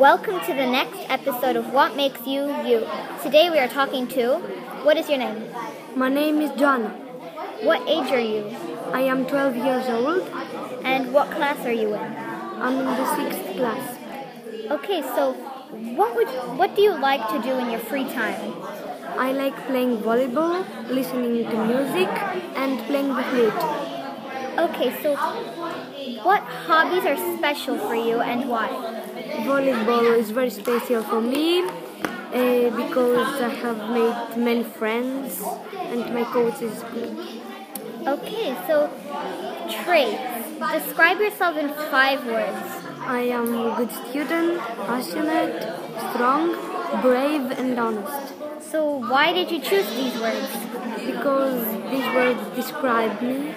Welcome to the next episode of What Makes You You. Today we are talking to. What is your name? My name is John. What age are you? I am 12 years old. And what class are you in? I'm in the sixth class. Okay, so what would what do you like to do in your free time? I like playing volleyball, listening to music, and playing the flute. Okay, so what hobbies are special for you and why? Volleyball is very special for me uh, because I have made many friends, and my coach is good. Okay, so traits. Describe yourself in five words. I am a good student, passionate, strong, brave, and honest. So why did you choose these words? Because these words describe me.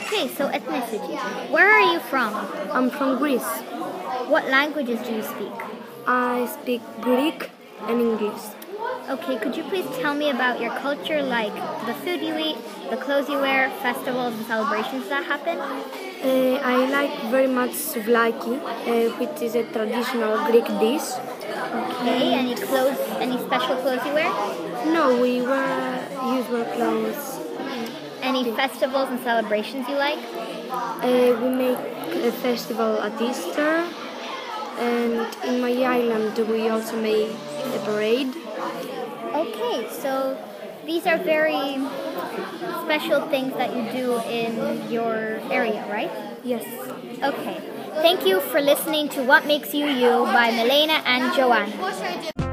Okay, so ethnicity. Where are you from? I'm from Greece. What languages do you speak? I speak Greek and English. Okay, could you please tell me about your culture, like the food you eat, the clothes you wear, festivals and celebrations that happen? Uh, I like very much souvlaki, uh, which is a traditional Greek dish. Okay, any clothes, any special clothes you wear? No, we wear usual clothes. Any festivals and celebrations you like? Uh, we make a festival at Easter, and in my island we also make a parade. Okay, so these are very special things that you do in your area, right? Yes. Okay. Thank you for listening to What Makes You You by Milena and Joanne. What should I do?